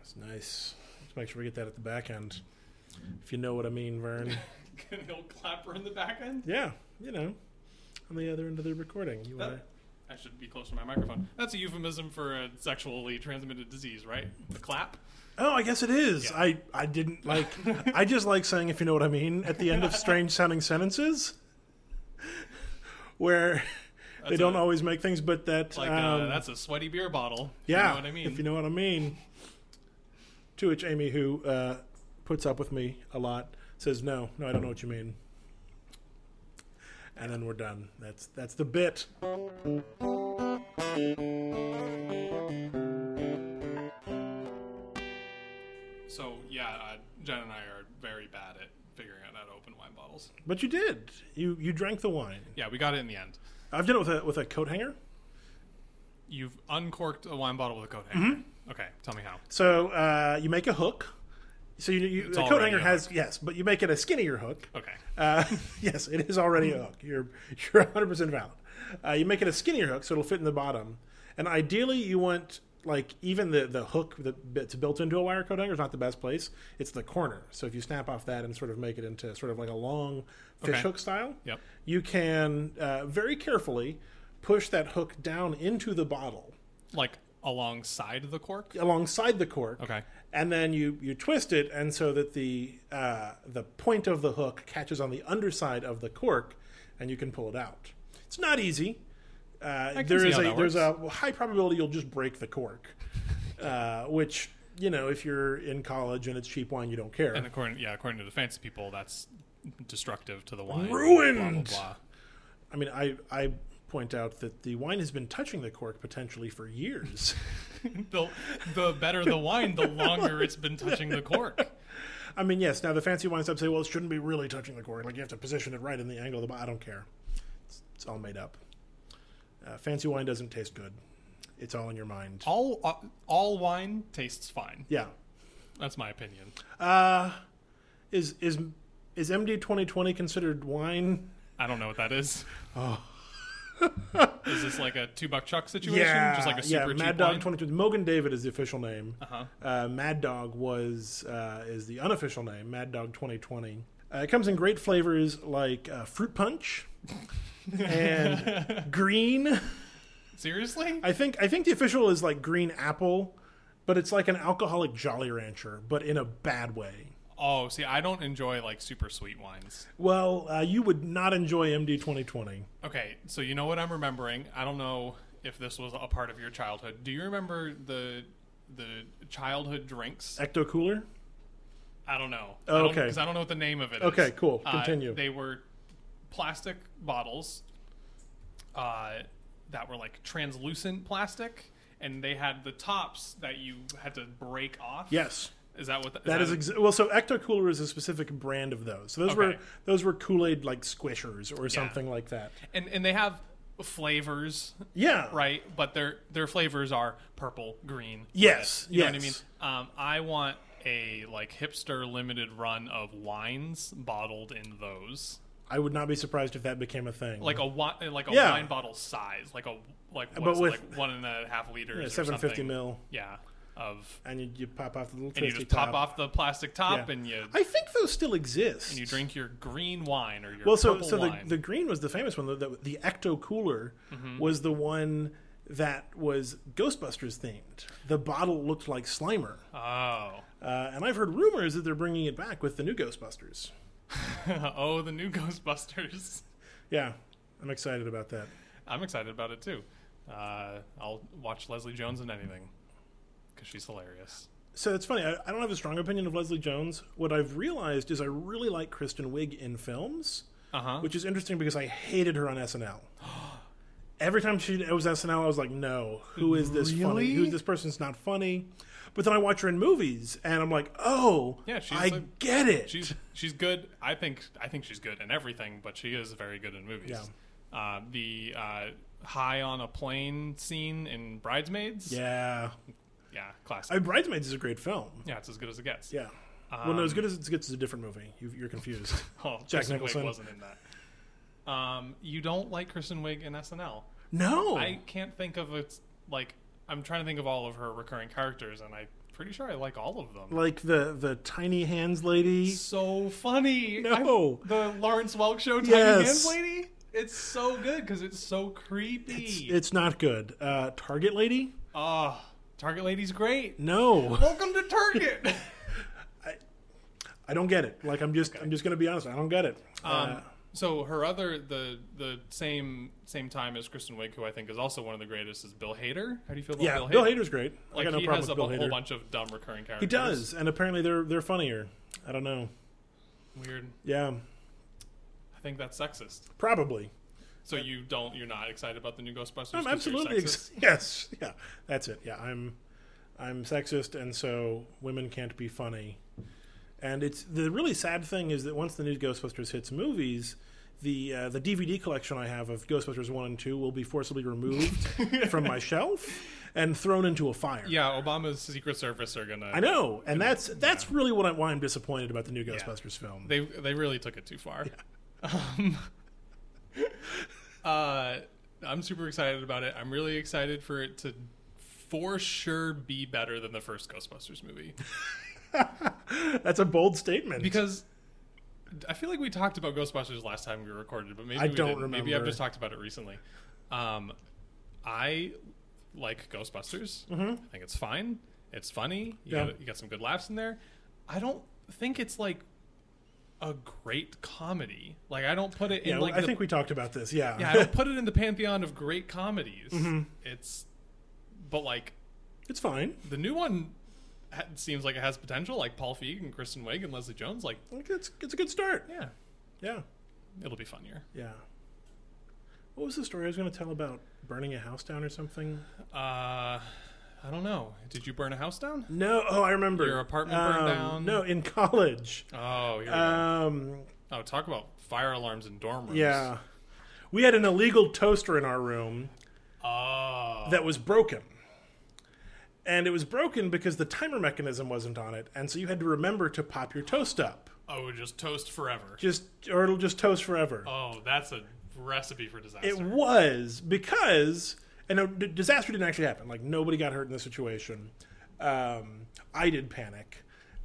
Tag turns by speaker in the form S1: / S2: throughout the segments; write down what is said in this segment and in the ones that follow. S1: It's nice. Let's make sure we get that at the back end. If you know what I mean, Vern.
S2: An old clapper in the back end.
S1: yeah, you know, on the other end of the recording. You
S2: That-
S1: wanna,
S2: I should be close to my microphone. That's a euphemism for a sexually transmitted disease, right? The clap.
S1: oh, I guess it is.
S2: Yeah.
S1: I I didn't like. I just like saying if you know what I mean at the end of strange sounding sentences, where they
S2: That's
S1: don't
S2: a-
S1: always make things. But that
S2: Like uh,
S1: um,
S2: that's a sweaty beer bottle. if
S1: yeah,
S2: You know what I mean?
S1: if you know what I mean. To which Amy, who uh, puts up with me a lot, says, "No, no, I don't know what you mean." And then we're done. That's that's the bit.
S2: So yeah, uh, Jen and I are very bad at figuring out how to open wine bottles.
S1: But you did. You you drank the wine.
S2: Yeah, we got it in the end.
S1: I've done it with a with a coat hanger.
S2: You've uncorked a wine bottle with a coat hanger.
S1: Mm-hmm.
S2: Okay, tell me how.
S1: So uh, you make a hook. So you, you
S2: It's
S1: the coat
S2: already
S1: hanger
S2: a
S1: has yes, but you make it a skinnier hook.
S2: Okay.
S1: Uh, yes, it is already a hook. You're you're 100 percent valid. Uh, you make it a skinnier hook, so it'll fit in the bottom. And ideally, you want like even the the hook that- that's built into a wire coat hanger is not the best place. It's the corner. So if you snap off that and sort of make it into sort of like a long
S2: Okay.
S1: fish hook style,
S2: Yep.
S1: you can uh, very carefully push that hook down into the bottle
S2: Like alongside the cork.
S1: alongside the cork.
S2: Okay.
S1: and then you you twist it and so that the uh, the point of the hook catches on the underside of the cork and you can pull it out it's not easy uh,
S2: can
S1: there
S2: see
S1: is
S2: how
S1: a
S2: that
S1: there's a high probability you'll just break the cork uh, which you know if you're in college and it's cheap wine you don't care
S2: And according yeah, according to the fancy people, that's destructive to the wine. Blah, blah,
S1: Ruined!
S2: blah.
S1: i mean i i point out that the wine has been touching the cork potentially for years
S2: the the better the wine, the longer it's been touching the cork.
S1: I mean, yes. Now the fancy wine shops say, well, it shouldn't be really touching the cork. Like you have to position it right in the angle of the. bo- I don't care. It's, it's all made up. Uh, fancy wine doesn't taste good. It's all in your mind.
S2: All uh, all wine tastes fine.
S1: Yeah.
S2: That's my opinion.
S1: Uh, is is is MD twenty twenty considered wine?
S2: I don't know what that is.
S1: Oh.
S2: is this like a two buck chuck situation?
S1: Yeah,
S2: Just like a
S1: yeah.
S2: super cheap
S1: Mad Dog
S2: wine?
S1: twenty twenty. Mogan David is the official name.
S2: Uh-huh.
S1: Uh, Mad Dog was uh, is the unofficial name. Mad Dog 2020. Uh, it comes in great flavors like uh, fruit punch and green.
S2: Seriously?
S1: I think I think the official is like green apple, but it's like an alcoholic Jolly Rancher, but in a bad way.
S2: Oh, see, I don't enjoy like super sweet wines.
S1: Well, uh, you would not enjoy MD 2020.
S2: Okay, so you know what I'm remembering? I don't know if this was a part of your childhood. Do you remember the the childhood drinks?
S1: Ecto Cooler?
S2: I don't know.
S1: Oh, okay.
S2: Because I don't know what the name of it is.
S1: Okay, cool.
S2: Uh,
S1: Continue.
S2: they were plastic bottles uh, that were like translucent plastic, and they had the tops that you had to break off.
S1: Yes.
S2: Is that what the,
S1: That is exa- well. So Ecto Cooler is a specific brand of those. So those were
S2: Okay.
S1: those were Kool Aid like squishers or something like that.
S2: and and they have flavors,
S1: Yeah.
S2: right? But their their flavors are purple, green.
S1: Yes,
S2: red. you
S1: yes.
S2: know what I mean. Um, I want a like hipster limited run of wines bottled in those.
S1: I would not be surprised if that became a thing.
S2: like a wine, like a
S1: Yeah.
S2: wine bottle size, like a like
S1: But
S2: what's it,
S1: with-
S2: like one and a half liters, or
S1: seven fifty
S2: something.
S1: mil,
S2: yeah, of
S1: and you, you pop off the little.
S2: and you
S1: twisty
S2: just pop
S1: top.
S2: off the plastic top
S1: Yeah.
S2: and you
S1: I think those still exist.
S2: and you drink your green wine or your
S1: Well, so
S2: purple
S1: so the,
S2: wine. Mm-hmm.
S1: the green was the famous one. The, the, the Ecto Cooler was the one that was Ghostbusters themed. The bottle looked like Slimer,
S2: oh
S1: uh, and I've heard rumors that they're bringing it back with the new Ghostbusters.
S2: oh the new Ghostbusters.
S1: Yeah, I'm excited about that.
S2: I'm excited about it too. Uh, I'll watch Leslie Jones in anything because she's hilarious.
S1: So it's funny. I, I don't have a strong opinion of Leslie Jones. What I've realized is I really like Kristen Wiig in films,
S2: Uh huh.
S1: which is interesting because I hated her on SNL. Every time she it was SNL, I was like, "No, who is this funny?
S2: Really?
S1: Who's this person's not funny?" But then I watch her in movies, and I'm like, "Oh,
S2: Yeah, she's
S1: I
S2: like-
S1: get it."
S2: She's she's good. I think I think she's good in everything, but she is very good in movies. Uh, the uh, high on a plane scene in Bridesmaids.
S1: yeah,
S2: Yeah, classic.
S1: I, Bridesmaids is a great film.
S2: yeah, it's as good as it gets. Um,
S1: Yeah, well, no, as good as it gets is a different movie. You, you're confused.
S2: Oh,
S1: Jack
S2: Kristen Wiig
S1: Nicholson.
S2: wasn't in that. Um, you don't like Kristen Wiig in SNL.
S1: no,
S2: I can't think of a like I'm trying to think of all of her recurring characters, and I'm pretty sure I like all of them.
S1: Like the the tiny hands lady.
S2: so funny.
S1: No.
S2: I- the Lawrence Welk show Tiny
S1: Yes.
S2: Hands Lady. It's so good because it's so
S1: It's,
S2: creepy.
S1: it's not good. Uh, Target lady.
S2: Ah, Target Lady's great.
S1: No,
S2: Welcome to Target.
S1: I don't get it. Like I'm just I'm just gonna be honest. I don't get it. Uh,
S2: um, so her other the the same same time as Kristen Wiig, who I think is also one of the greatest, is Bill Hader. How do you feel about
S1: yeah,
S2: Bill Hader?
S1: Bill Hader's great. I
S2: Like
S1: got no
S2: he
S1: problem
S2: has
S1: with
S2: a
S1: Bill
S2: bu-
S1: Hader.
S2: whole bunch of dumb recurring characters.
S1: He does, and apparently they're they're funnier. I don't know.
S2: Weird.
S1: Yeah,
S2: I think that's sexist.
S1: probably.
S2: So you don't you're not excited about the new Ghostbusters?
S1: Uh, I'm
S2: 'cause you're
S1: absolutely
S2: sexist?
S1: ex- yes. Yeah, that's it. Yeah, I'm I'm sexist, and so women can't be funny. And it's the really sad thing is that once the new Ghostbusters hits movies, the uh, the DVD collection I have of Ghostbusters one and two will be forcibly removed from my shelf and thrown into a fire.
S2: Yeah, Obama's Secret Service are gonna.
S1: I know, and that's that's really what I, why I'm disappointed about the new Ghostbusters film.
S2: They they really took it too far. Um, uh, I'm super excited about it. I'm really excited for it to for sure be better than the first Ghostbusters movie
S1: that's a bold statement.
S2: because. I feel like we talked about Ghostbusters last time we recorded, but maybe
S1: I
S2: we
S1: don't
S2: didn't. Maybe I've
S1: remember.
S2: just talked about it recently. Um, I like Ghostbusters. Mm-hmm. I think it's fine. It's funny. You,
S1: Yeah.
S2: got, you got some good laughs in there. I don't think it's like a great comedy. Like I don't put it in
S1: yeah,
S2: like
S1: I
S2: the,
S1: think we talked about this. Yeah,
S2: yeah, I don't put it in the pantheon of great comedies.
S1: Mm-hmm.
S2: It's but like
S1: it's fine.
S2: the new one ha- seems like it has potential. Like Paul Feig and Kristen Wiig and Leslie Jones. Like
S1: Like, It's it's a good start.
S2: yeah,
S1: Yeah.
S2: it'll be funnier.
S1: Yeah. What was the story I was going to tell about burning a house down or something?
S2: Uh, I don't know. Did you burn a house down?
S1: No. Oh, I remember.
S2: Your apartment
S1: Um,
S2: burned down?
S1: No, in college.
S2: Oh, here we go.
S1: Um,
S2: oh, talk about fire alarms in dorm rooms.
S1: yeah. We had an illegal toaster in our room
S2: Oh,
S1: that was broken. And it was broken because the timer mechanism wasn't on it. And so you had to remember to pop your toast up.
S2: oh, just toast forever.
S1: Just, or it'll just toast forever.
S2: Oh, that's a recipe for disaster.
S1: It was because, and no, d- disaster didn't actually happen. Like nobody got hurt in this situation. Um, I did panic,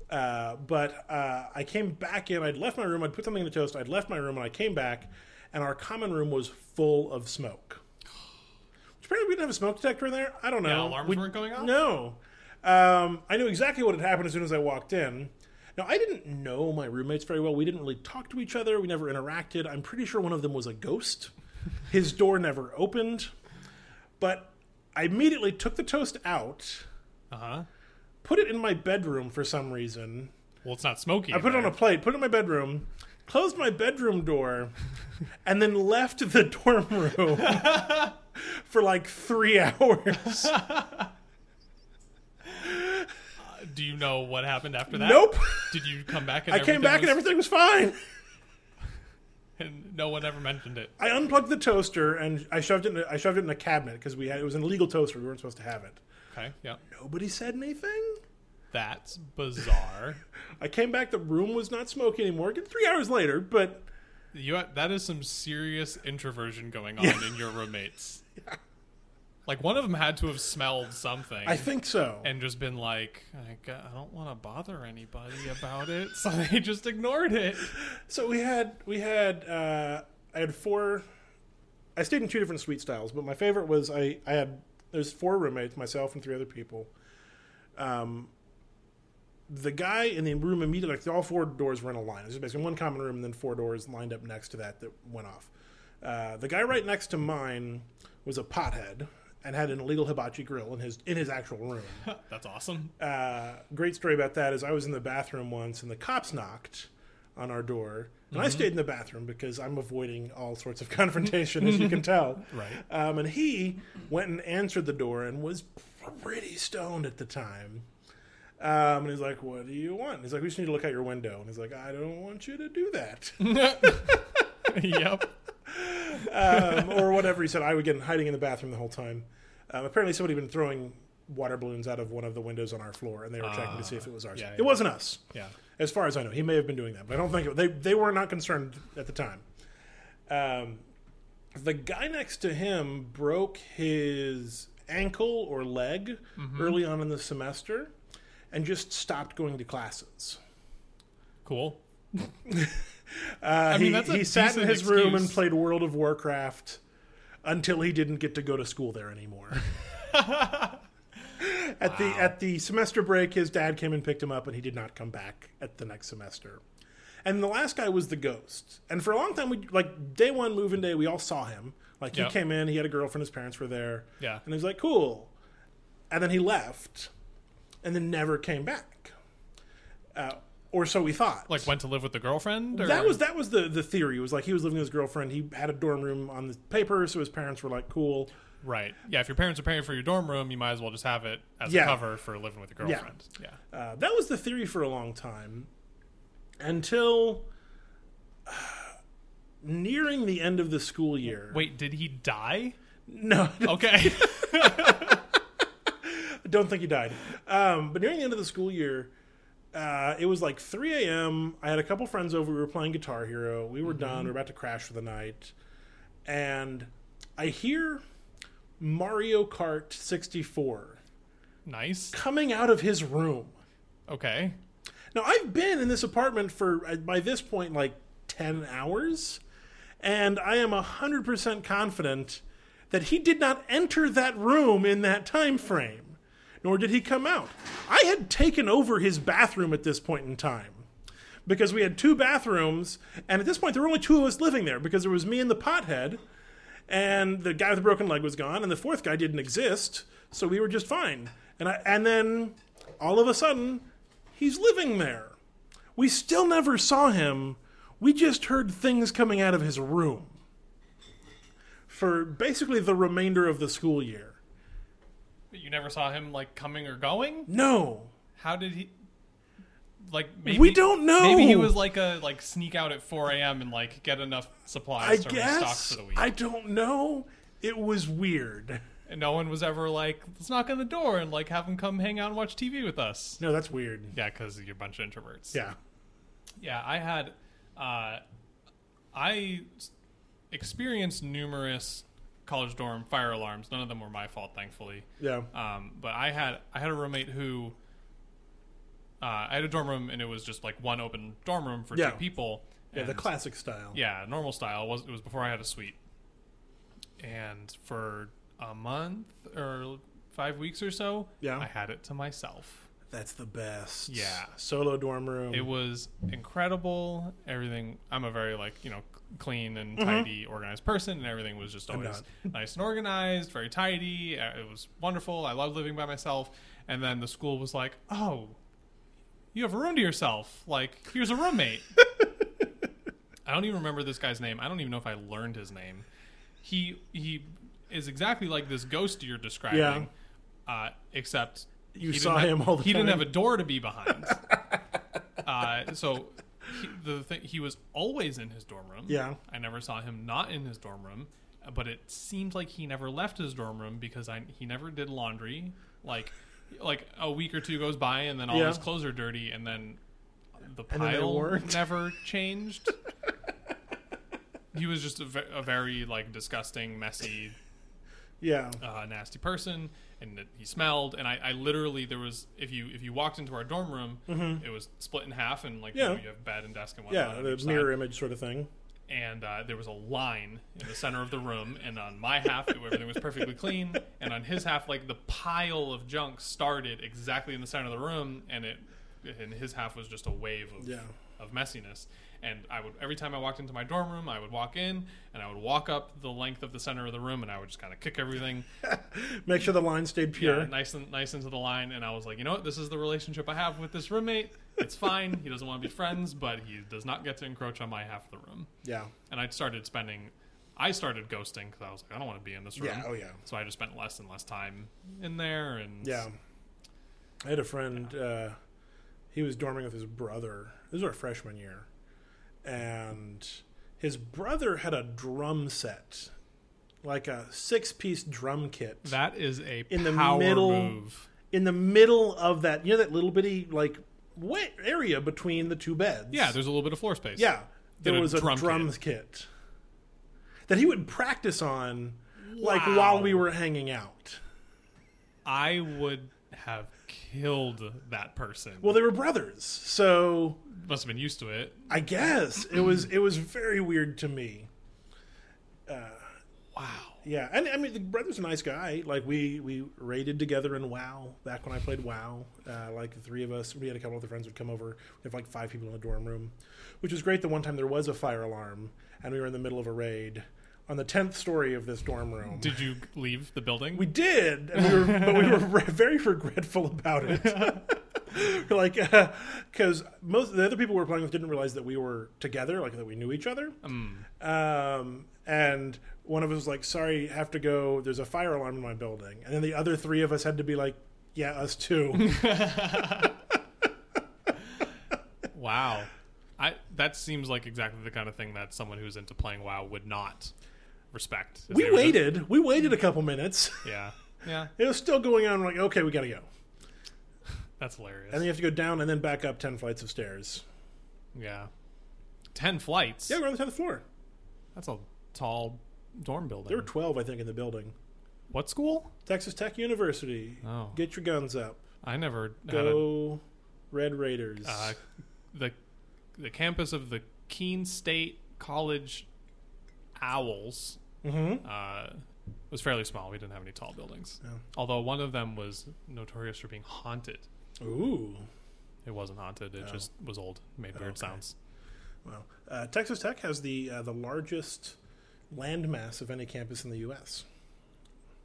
S1: uh, but uh, I came back in. I'd left my room. I'd put something in the toast. I'd left my room, and I came back, and our common room was full of smoke. Which apparently we didn't have a smoke detector in there. I don't know.
S2: Yeah, alarms
S1: We-
S2: weren't going off?
S1: No. Um, I knew exactly what had happened as soon as I walked in. Now, I didn't know my roommates very well. We didn't really talk to each other. We never interacted. I'm pretty sure one of them was a ghost. His door never opened. But I immediately took the toast out,
S2: uh huh.
S1: put it in my bedroom for some reason.
S2: Well, it's not smoky.
S1: I put it on a plate, put it in my bedroom, closed my bedroom door, and then left the dorm room for like three hours.
S2: Do you know what happened after that?
S1: Nope.
S2: Did you come back? And
S1: I came back and
S2: was-
S1: everything was fine.
S2: and no one ever mentioned it.
S1: I unplugged the toaster and I shoved it. In a, I shoved it in a cabinet because we had it was an illegal toaster. We weren't supposed to have it.
S2: Okay. Yeah.
S1: Nobody said anything.
S2: That's bizarre.
S1: I came back. The room was not smoky anymore. Again, Three hours later, but
S2: you that is some serious introversion going on in your roommates. Like one of them had to have smelled something.
S1: I think so.
S2: and just been like, I, g- I don't want to bother anybody about it, so they just ignored it.
S1: So we had we had uh, I had four. I stayed in two different suite styles, but my favorite was I I had there's four roommates, myself and three other people. Um, the guy in the room immediately, like all four doors were in a line. It was basically one common room and then four doors lined up next to that that went off. Uh, the guy right next to mine was a pothead and had an illegal hibachi grill in his in his actual room
S2: That's awesome.
S1: uh, great story about that is I was in the bathroom once and the cops knocked on our door. And
S2: Mm-hmm.
S1: I stayed in the bathroom because I'm avoiding all sorts of confrontation, as you can tell.
S2: Right.
S1: Um, and he went and answered the door and was pretty stoned at the time. Um, and he's like, What do you want? And he's like, We just need to look out your window. And he's like, I don't want you to do that.
S2: yep.
S1: um, or whatever he said. I would get in hiding in the bathroom the whole time. Um, apparently, somebody had been throwing water balloons out of one of the windows on our floor, and they were checking to see if it was ours.
S2: Ah, yeah, yeah.
S1: It wasn't us,
S2: Yeah.
S1: as far as I know. He may have been doing that, but I don't think it, they they were not concerned at the time. Um, the guy next to him broke his ankle or leg early on in the semester and just stopped going to classes.
S2: Cool.
S1: Uh,
S2: I mean,
S1: he,
S2: that's a
S1: he sat in
S2: decent
S1: his room and
S2: excuse.
S1: played World of Warcraft until he didn't get to go to school there anymore. at the at the semester break, his dad came and picked him up, and he did not come back at the next semester. And the last guy was the ghost. And for a long time, we like day one move-in day, we all saw him. Like
S2: Yep.
S1: he came in, he had a girlfriend, his parents were there,
S2: Yeah.
S1: and he was like, "Cool," and then he left, and then never came back, uh, or so we thought.
S2: Like went to live with the girlfriend. Or?
S1: That was that was the the theory. It was like he was living with his girlfriend. He had a dorm room on the paper, so his parents were like, "Cool,
S2: right. Yeah. If your parents are paying for your dorm room, you might as well just have it as
S1: Yeah.
S2: a cover for living with a girlfriend. Yeah.
S1: Uh, that was the theory for a long time until uh, nearing the end of the school year.
S2: Wait, did he die?
S1: No, I
S2: Okay.
S1: don't think he died. Um, but nearing the end of the school year, uh, it was like 3 a.m. I had a couple friends over. We were playing Guitar Hero. We were done. We were about to crash for the night. And I hear Mario Kart 64
S2: nice.
S1: coming out of his room.
S2: Okay.
S1: Now I've been in this apartment for uh, by this point like ten hours, and I am hundred percent confident that he did not enter that room in that time frame, nor did he come out. I had taken over his bathroom at this point in time. Because we had two bathrooms, and at this point there were only two of us living there because there was me and the pothead, and the guy with the broken leg was gone, and the fourth guy didn't exist, so we were just fine. And I, and then all of a sudden, he's living there. We still never saw him. We just heard things coming out of his room for basically the remainder of the school year.
S2: You never saw him like coming or going.
S1: No,
S2: How did he? Like maybe
S1: We don't know.
S2: Maybe he was like a like sneak out at 4 a.m. and like get enough
S1: I
S2: supplies to restock
S1: guess
S2: for the week.
S1: I don't know. It was weird.
S2: and no one was ever like, let's knock on the door and like have him come hang out and watch TV with us.
S1: No, that's weird.
S2: Yeah, because you're a bunch of introverts.
S1: Yeah.
S2: Yeah, I had, uh, I s- experienced numerous college dorm fire alarms. None of them were my fault, thankfully.
S1: Yeah.
S2: Um, but I had I had a roommate who uh, I had a dorm room and it was just like one open dorm room for
S1: Yeah.
S2: two people.
S1: Yeah, the
S2: and-
S1: classic style.
S2: yeah, normal style. It was it was before I had a suite, and for a month or five weeks or so,
S1: Yeah.
S2: I had it to myself.
S1: That's the best.
S2: Yeah.
S1: Solo dorm room.
S2: It was incredible. Everything. I'm a very like you know c- clean and
S1: Mm-hmm.
S2: tidy, organized person, and everything was just always nice and organized, very tidy. Uh, It was wonderful. I loved living by myself. And then the school was like, "Oh, you have a room to yourself. Like, here's a roommate." I don't even remember this guy's name. I don't even know if I learned his name. He he is exactly like this ghost you're describing,
S1: Yeah.
S2: uh, except
S1: You
S2: he didn't
S1: saw
S2: have-
S1: him all the
S2: He didn't
S1: time.
S2: have a door to be behind. uh, so he, the thing he was always in his dorm room.
S1: Yeah.
S2: I never saw him not in his dorm room, uh, but it seemed like he never left his dorm room because I he never did laundry. Like like a week or two goes by and then all
S1: Yeah.
S2: his clothes are dirty and then the
S1: And then they
S2: pile
S1: weren't.
S2: never changed. he was just a, ve- a very like disgusting, messy
S1: yeah.
S2: uh, nasty person and that he smelled and I, I literally there was if you if you walked into our dorm room it was split in half and like you,
S1: Mm-hmm. Yeah.
S2: know, you have bed and desk and whatnot
S1: Yeah,
S2: on
S1: the
S2: each uh, side.
S1: mirror image sort of thing.
S2: and uh, there was a line in the center of the room and on my half it- everything was perfectly clean and on his half like the pile of junk started exactly in the center of the room and it and his half was just a wave of
S1: Yeah.
S2: of messiness and I would every time I walked into my dorm room I would walk in and I would walk up the length of the center of the room and I would just kind of kick everything
S1: Make sure the line stayed pure.
S2: yeah, nice and nice into the line, and I was like, you know what, this is the relationship I have with this roommate. It's fine. he doesn't want to be friends, but he does not get to encroach on my half of the room.
S1: yeah.
S2: And I started spending, I started ghosting because I was like, I don't want to be in this room.
S1: Yeah, oh yeah.
S2: So I just spent less and less time in there, and
S1: Yeah. I had a friend, uh, he was dorming with his brother. This was our freshman year. And his brother had a drum set, like a six piece drum kit.
S2: that is a
S1: In the
S2: power
S1: middle-
S2: move.
S1: in the middle of that, you know, that little bitty, like, wet area between the two beds.
S2: Yeah, there's a little bit of floor space.
S1: Yeah. There
S2: Did a
S1: was a
S2: drum
S1: drum, kit. that he would practice on, like,
S2: Wow.
S1: while we were hanging out.
S2: I would have killed that person.
S1: Well, they were brothers, so
S2: Must have been used to it.
S1: I guess it was it was very weird to me. Uh,
S2: Wow.
S1: Yeah, and I mean the brother's a nice guy. Like we we raided together in WoW back when I played WoW. Uh, like the three of us, we had a couple other friends would come over. We have like five people in a dorm room, which was great. The one time there was a fire alarm, and we were in the middle of a raid on the tenth story of this dorm room.
S2: Did you leave the building?
S1: We did, and we were, but we were re- very regretful about it. We're like, because most of the other people we were playing with didn't realize that we were together, like that we knew each other. Um, and one of us was like, "Sorry, have to go. There's a fire alarm in my building." And then the other three of us had to be like, "Yeah, us too."
S2: wow. I that seems like exactly the kind of thing that someone who's into playing WoW would not respect. If
S1: we
S2: they were just-
S1: waited. We waited a couple minutes.
S2: yeah. Yeah.
S1: It was still going on. We're like, okay, we gotta go.
S2: That's hilarious.
S1: And then you have to go down and then back up ten flights of stairs.
S2: yeah. 10 flights.
S1: Yeah, we're on the tenth floor.
S2: That's a tall dorm building.
S1: There were twelve, I think, in the building.
S2: what school?
S1: Texas Tech University.
S2: Oh.
S1: Get your guns up.
S2: I never had a
S1: Go Red Raiders.
S2: uh, the the campus of the Keene State College Owls
S1: Mhm.
S2: uh, was fairly small. We didn't have any tall buildings,
S1: Yeah.
S2: although one of them was notorious for being haunted.
S1: Ooh.
S2: It wasn't haunted; it
S1: Oh.
S2: just was old, made weird
S1: Okay.
S2: sounds.
S1: Wow. Uh, Texas Tech has the uh, the largest landmass of any campus in the U.S.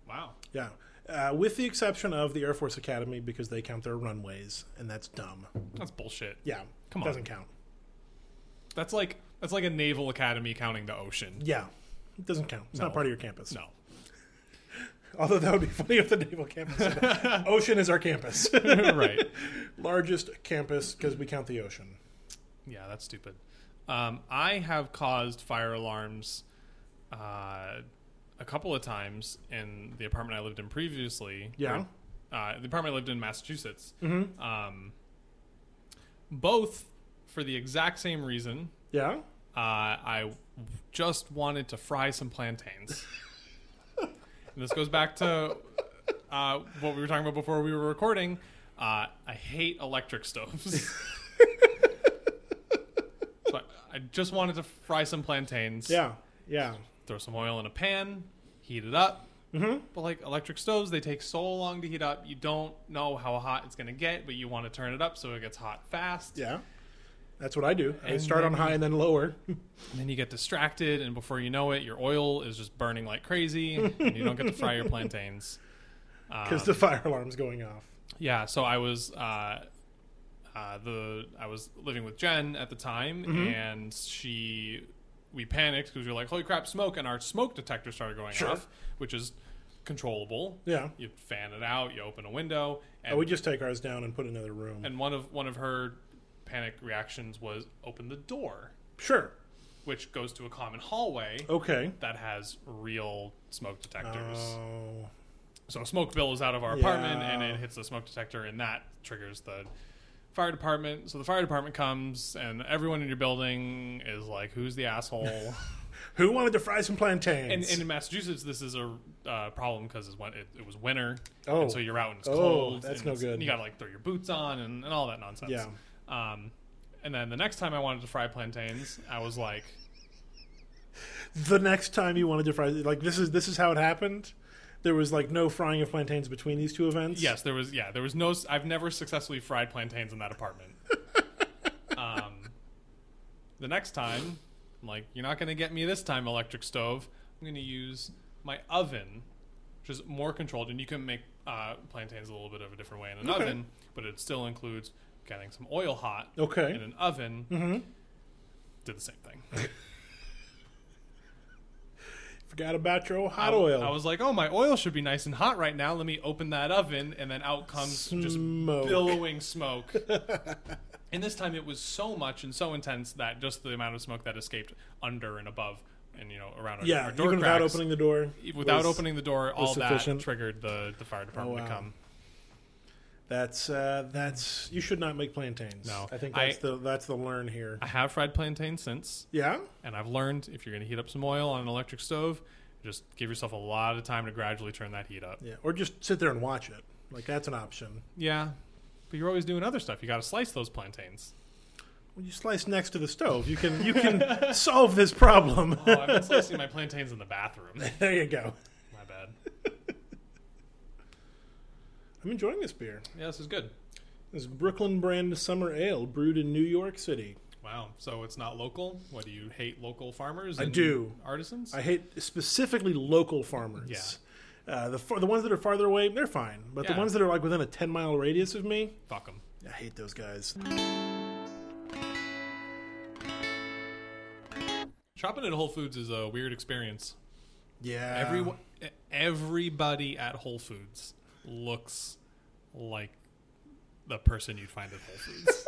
S2: Wow,
S1: Yeah. Uh, with the exception of the Air Force Academy, because they count their runways, and that's dumb.
S2: that's bullshit.
S1: Yeah,
S2: Come on.
S1: doesn't count.
S2: That's like that's like a naval academy counting the ocean.
S1: Yeah, it doesn't count. It's
S2: No.
S1: not part of your campus.
S2: No,
S1: Although that would be funny if the naval campus. said that. ocean is our campus,
S2: right?
S1: largest campus because we count the ocean.
S2: Yeah, that's stupid. Um, I have caused fire alarms uh, a couple of times in the apartment I lived in previously.
S1: Yeah. Mm.
S2: Uh, the apartment I lived in Massachusetts.
S1: Mm-hmm.
S2: Um, both for the exact same reason.
S1: Yeah.
S2: Uh, I just wanted to fry some plantains. and this goes back to uh, what we were talking about before we were recording. Uh, I hate electric stoves. so I, I just wanted to fry some plantains.
S1: Yeah. Yeah.
S2: Throw some oil in a pan, heat it up. Mm-hmm. But like electric stoves, they take so long to heat up. You don't know how hot it's going to get, but you want to turn it up so it gets hot fast.
S1: Yeah. That's what I do. I
S2: And
S1: start on
S2: then-
S1: high and then lower.
S2: And then you get distracted, and before you know it, your oil is just burning like crazy, and you don't get to fry your plantains. Um,
S1: because the fire alarm's going off.
S2: Yeah, so I was uh, uh, the I was living with Jen at the time,
S1: Mm-hmm.
S2: and she we panicked because we were like, "Holy crap, smoke!" And our smoke detector started going
S1: Sure.
S2: off, which is controllable.
S1: Yeah.
S2: You fan it out, you open a window, and
S1: Oh, we just take ours down and put another room.
S2: and one of one of her panic reactions was open the door,
S1: sure.
S2: which goes to a common hallway.
S1: Okay.
S2: that has real smoke detectors.
S1: Oh.
S2: so a smoke bill is out of our apartment and
S1: Yeah.
S2: it hits the smoke detector and that triggers the fire department. So the fire department comes and everyone in your building is like, "Who's the asshole?"
S1: Who wanted to fry some
S2: and,
S1: plantains?
S2: and in Massachusetts, this is a uh, problem because it, it was winter,
S1: Oh.
S2: and so you're out and it's
S1: Oh,
S2: cold.
S1: that's
S2: and
S1: no
S2: it's-
S1: good.
S2: and you gotta like throw your boots on and, and all that nonsense.
S1: Yeah.
S2: Um, and then the next time I wanted to fry plantains, I was like,
S1: the next time you wanted to fry, like this is this is how it happened. There was like no frying of plantains between these two events.
S2: Yes, there was. Yeah, there was no. I've never successfully fried plantains in that apartment. um, the next time, I'm like, you're not going to get me this time, electric stove. I'm going to use my oven, which is more controlled, and you can make uh, plantains a little bit of a different way in an
S1: Okay.
S2: oven, but it still includes getting some oil hot
S1: Okay. Mm-hmm.
S2: in an oven. Did the same thing.
S1: Forgot about your old hot
S2: I-
S1: oil.
S2: I was like, oh, my oil should be nice and hot right now. Let me open that oven, and then out comes um, just
S1: Smoke.
S2: billowing smoke. and this time it was so much and so intense that just the amount of smoke that escaped under and above and you know around our,
S1: yeah,
S2: our
S1: even
S2: door
S1: without
S2: cracks, e,
S1: opening the door.
S2: without
S1: was-
S2: opening the door, all that
S1: sufficient. Oh,
S2: triggered the, the fire department
S1: wow.
S2: to come.
S1: That's uh, that's you should not make plantains.
S2: No.
S1: I think
S2: I-
S1: that's the that's the learn here.
S2: I have fried plantains since,
S1: yeah.
S2: and I've learned if you're going to heat up some oil on an electric stove, Just give yourself a lot of time to gradually turn that heat up.
S1: Yeah, or just sit there and watch it. Like that's an option.
S2: Yeah, but you're always doing other stuff. You got to slice those plantains.
S1: When you slice next to the stove, you can you can solve this problem.
S2: Oh, I've been slicing my plantains in the bathroom.
S1: there you go.
S2: My bad.
S1: I'm enjoying this beer.
S2: Yeah, this is good.
S1: This is Brooklyn brand summer ale brewed in New York City.
S2: Wow. So it's not local. What do you hate? Local farmers?
S1: I do.
S2: Artisans?
S1: I hate specifically local farmers. Yeah. Uh, the far- the ones that are farther away, they're fine. But
S2: Yeah.
S1: the ones that are like within a ten mile radius of me,
S2: Fuck them.
S1: I hate those guys.
S2: Shopping at Whole Foods is a weird experience.
S1: Yeah.
S2: Everyone, everybody at Whole Foods looks like the person you'd find at Whole Foods.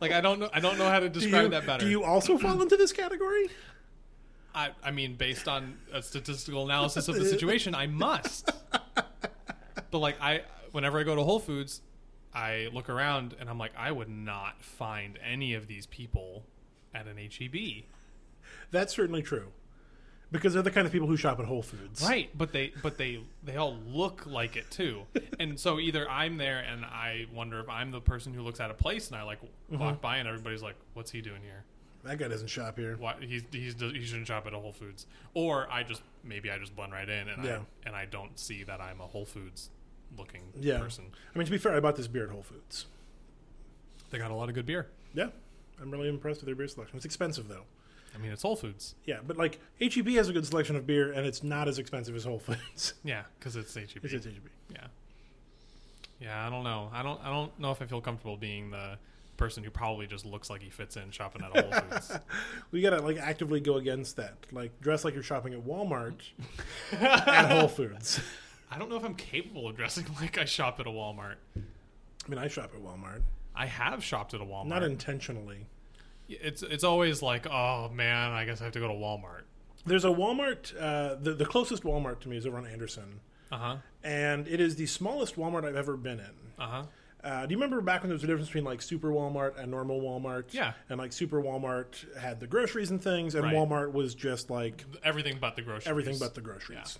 S2: like I don't know, I don't know how to
S1: do
S2: describe
S1: you,
S2: that better.
S1: do you also fall into this category?
S2: I, I mean, based on a statistical analysis of the situation, I must. but like I, whenever I go to Whole Foods, I look around and I'm like, I would not find any of these people at an E HEB.
S1: That's certainly true. Because they're the kind of people who shop at Whole Foods.
S2: Right, but they but they they all look like it too. And so either I'm there and I wonder if I'm the person who looks at a place and I like walk by and everybody's like, "What's he doing here?
S1: That guy doesn't shop here.
S2: Why he's he's he shouldn't shop at a Whole Foods." Or I just maybe I just blend right in and
S1: Yeah.
S2: I and I don't see that I'm a Whole Foods looking
S1: Yeah.
S2: person.
S1: I mean, to be fair, I bought this beer at Whole Foods.
S2: They got a lot of good beer.
S1: Yeah. I'm really impressed with their beer selection. It's expensive, though.
S2: I mean, it's Whole Foods.
S1: Yeah, but like HEB has a good selection of beer, and it's not as expensive as Whole Foods.
S2: Yeah, cuz it's HEB.
S1: It's E HEB.
S2: Yeah. Yeah, I don't know. I don't I don't know if I feel comfortable being the person who probably just looks like he fits in shopping at a Whole Foods.
S1: We gotta like actively go against that. Like dress like you're shopping at Walmart at Whole Foods.
S2: I don't know if I'm capable of dressing like I shop at a Walmart.
S1: I mean, I shop at Walmart,
S2: I have shopped at a Walmart.
S1: not intentionally.
S2: it's it's always like, oh man, I guess I have to go to Walmart.
S1: There's a Walmart. Uh, the the closest Walmart to me is over on Anderson,
S2: Uh huh.
S1: and it is the smallest Walmart I've ever been in.
S2: Uh huh.
S1: Uh, do you remember back when there was a difference between like Super Walmart and normal Walmart?
S2: Yeah.
S1: And like Super Walmart had the groceries and things, and
S2: Right.
S1: Walmart was just like
S2: Everything but the groceries.
S1: everything but the groceries.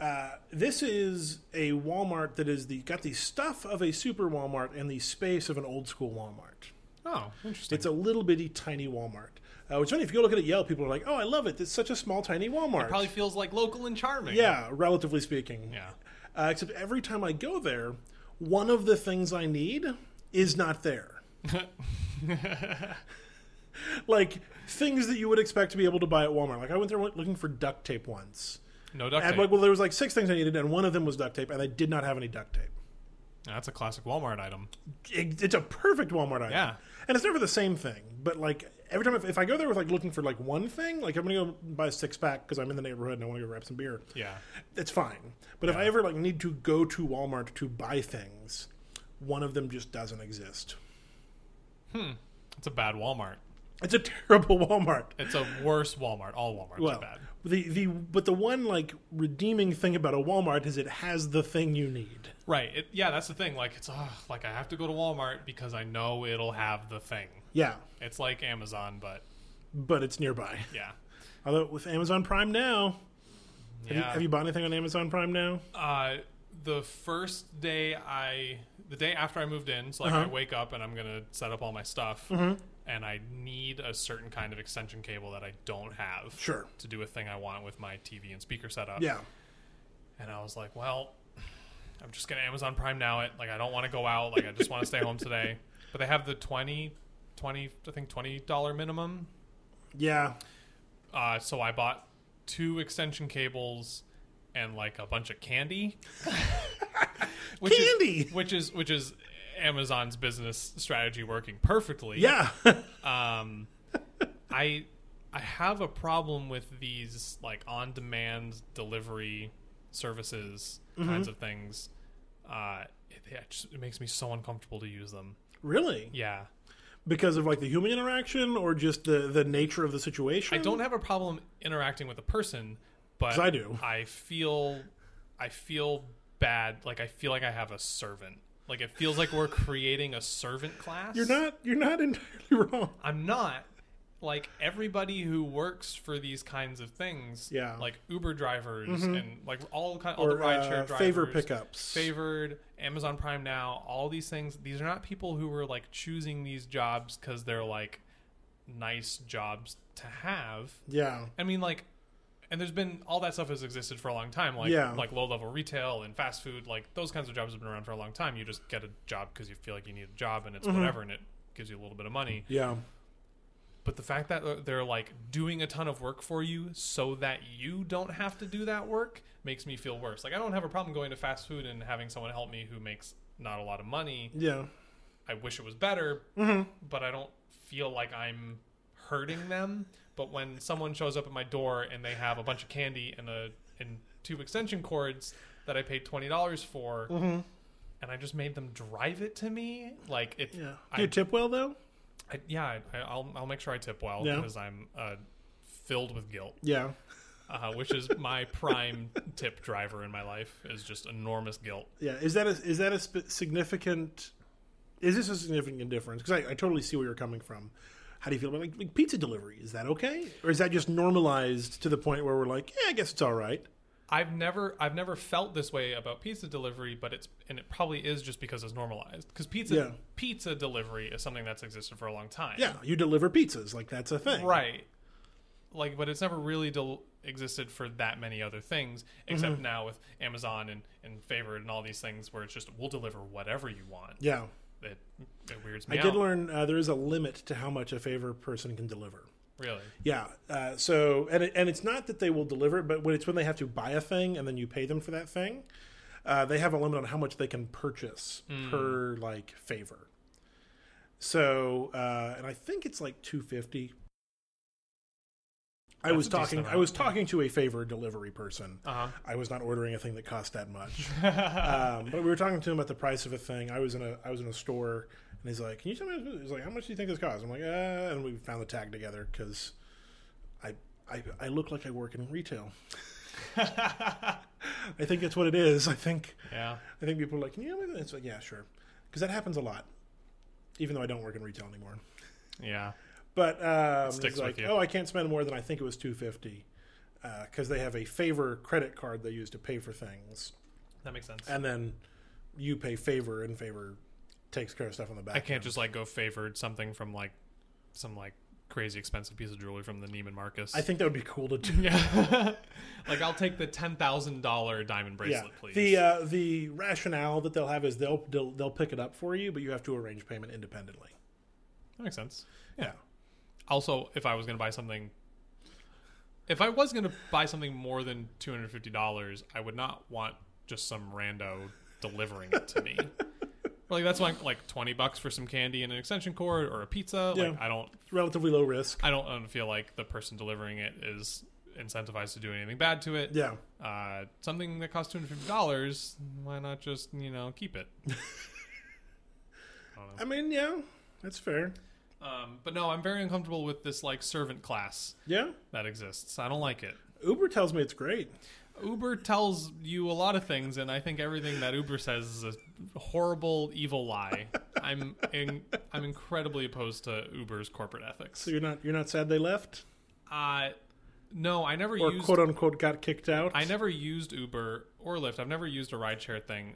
S1: Uh, this is a Walmart that is the got the stuff of a Super Walmart and the space of an old school Walmart.
S2: Oh, interesting.
S1: It's a little bitty tiny Walmart. Uh, which funny if you go look at it, Yelp, people are like, "Oh, I love it! It's such a small, tiny Walmart."
S2: probably feels like local and charming.
S1: yeah, relatively speaking.
S2: Yeah.
S1: Uh, except every time I go there, one of the things I need is not there. like things that you would expect to be able to buy at Walmart. Like I went there looking for duct tape once.
S2: No duct
S1: And
S2: tape.
S1: like, well, there was like six things I needed, and one of them was duct tape, and I did not have any duct tape.
S2: That's a classic Walmart item.
S1: It, it's a perfect Walmart item.
S2: Yeah.
S1: and it's never the same thing. But like every time, if, if I go there with like looking for like one thing, like I'm gonna go buy a six pack because I'm in the neighborhood and I want to go grab some beer.
S2: Yeah.
S1: It's fine. But if I ever like need to go to Walmart to buy things, one of them just doesn't exist.
S2: It's a bad Walmart.
S1: It's a terrible Walmart.
S2: It's a worse Walmart. All Walmarts are
S1: Well,
S2: bad.
S1: the the but the one like redeeming thing about a Walmart is it has the thing you need.
S2: Right. It, yeah, that's the thing. Like it's uh, like I have to go to Walmart because I know it'll have the thing.
S1: Yeah,
S2: It's like Amazon, but
S1: but it's nearby.
S2: yeah.
S1: Although with Amazon Prime now,
S2: Yeah.
S1: have, you, have you bought anything on Amazon Prime now?
S2: Uh, the first day I, the day after I moved in, so like
S1: Uh-huh.
S2: I wake up and I'm gonna set up all my stuff,
S1: Mm-hmm.
S2: and I need a certain kind of extension cable that I don't have.
S1: Sure.
S2: To do a thing I want with my TV and speaker setup.
S1: Yeah,
S2: And I was like, well, I'm just gonna Amazon Prime now. It like I don't want to go out. Like I just want to stay home today. But they have the 20, 20 I think twenty dollar minimum.
S1: yeah.
S2: Uh, so I bought two extension cables and like a bunch of candy. which
S1: Candy!
S2: Is, which is which is Amazon's business strategy working perfectly.
S1: Yeah,
S2: Um, I I have a problem with these like on demand delivery services
S1: Mm-hmm.
S2: kinds of things. Uh, it, it just it makes me so uncomfortable to use them.
S1: really?
S2: Yeah.
S1: Because of like the human interaction, or just the the nature of the situation?
S2: I don't have a problem interacting with a person, but
S1: 'Cause I do.
S2: I feel, I feel bad. Like I feel like I have a servant. Like it feels like we're creating a servant class.
S1: You're not. You're not entirely wrong.
S2: I'm not. like everybody who works for these kinds of things,
S1: Yeah. Mm-hmm.
S2: like Uber drivers and like all kind, all
S1: Or
S2: the rideshare
S1: uh,
S2: drivers,
S1: favor pickups.
S2: favored Amazon Prime now, all these things. These are not people who were like choosing these jobs because they're like nice jobs to have.
S1: Yeah.
S2: I mean, like, and there's been all that stuff has existed for a long time, like
S1: Yeah.
S2: like low level retail and fast food, like those kinds of jobs have been around for a long time. You just get a job because you feel like you need a job, and it's whatever, and it gives you a little bit of money.
S1: Yeah.
S2: But the fact that uh, they're like doing a ton of work for you so that you don't have to do that work makes me feel worse. Like I don't have a problem going to fast food and having someone help me who makes not a lot of money.
S1: Yeah.
S2: I wish it was better,
S1: Mm-hmm.
S2: but I don't feel like I'm hurting them. But when someone shows up at my door and they have a bunch of candy and a and two extension cords that I paid twenty dollars for,
S1: Mm-hmm.
S2: and I just made them drive it to me, like it,
S1: Yeah. Do
S2: I,
S1: you tip well though?
S2: I, yeah, I, I'll I'll make sure I tip well
S1: Yeah.
S2: because I'm uh, filled with guilt,
S1: Yeah.
S2: uh, which is my prime tip driver in my life is just enormous guilt.
S1: Yeah. Is that a, is that a sp- significant? Is this a significant difference? Because I, I totally see where you're coming from. How do you feel about like, like pizza delivery? Is that okay, or is that just normalized to the point where we're like, yeah, I guess it's all right?
S2: I've never I've never felt this way about pizza delivery, but it's and it probably is just because it's normalized. Because pizza
S1: Yeah.
S2: pizza delivery is something that's existed for a long time.
S1: Yeah, you deliver pizzas, like that's a thing,
S2: Right. Like, but it's never really del- existed for that many other things, except
S1: Mm-hmm.
S2: now with Amazon and and Favored and all these things, where it's just we'll deliver whatever you want.
S1: Yeah,
S2: It, it weirds
S1: I
S2: me out.
S1: did learn uh, there is a limit to how much a favor person can deliver.
S2: really.
S1: Yeah, uh, so and it, and it's not that they will deliver it, but when it's when they have to buy a thing and then you pay them for that thing, uh, they have a limit on how much they can purchase
S2: Mm.
S1: per like favor. So uh, and I think it's like two fifty. I
S2: That's
S1: was
S2: a decent
S1: talking. I
S2: amount,
S1: was
S2: yeah.
S1: talking to a favor delivery person.
S2: Uh
S1: I was not ordering a thing that cost that much.
S2: huh.
S1: um, but we were talking to him at the price of a thing. I was in a I was in a store, and he's like, "Can you tell me?" He's like, "How much do you think this costs?" I'm like, "Uh," and we found the tag together because I, I I look like I work in retail. I think that's what it is. I think
S2: yeah.
S1: I think people are like, "Can you tell me?" that?" It's like, "Yeah, sure," because that happens a lot, even though I don't work in retail anymore.
S2: Yeah.
S1: But um,
S2: sticks
S1: he's like,
S2: with you.
S1: "Oh, I can't spend more than I think it was two fifty because they have a favor credit card they use to pay for things."
S2: That makes sense.
S1: and then you pay favor and favor takes care of stuff on the back
S2: I can't just like go favored something from like some like crazy expensive piece of jewelry from the Neiman Marcus.
S1: i think that would be cool to do
S2: yeah. like I'll take the ten thousand dollar diamond
S1: yeah
S2: bracelet, please.
S1: the uh, the rationale that they'll have is they'll, they'll they'll pick it up for you but you have to arrange payment independently
S2: that makes sense.
S1: yeah
S2: Also, if I was gonna buy something if I was gonna buy something more than two hundred fifty dollars, I would not want just some rando delivering it to me. like that's why like twenty bucks for some candy and an extension cord or a pizza.
S1: Yeah.
S2: Like I don't
S1: it's relatively low risk
S2: I don't I don't feel like the person delivering it is incentivized to do anything bad to it.
S1: yeah
S2: Uh, something that costs two hundred fifty dollars, why not just you know keep it?
S1: i mean yeah that's fair
S2: Um, but no, I'm very uncomfortable with this like servant class
S1: yeah
S2: that exists. I don't like it.
S1: uber tells me it's great
S2: Uber tells you a lot of things, and I think everything that Uber says is a horrible, evil lie. I'm in, I'm incredibly opposed to Uber's corporate ethics.
S1: so you're not you're not sad they left
S2: Uh, no, I never
S1: or
S2: used
S1: quote unquote got kicked out
S2: I never used Uber or Lyft. I've never used a rideshare thing.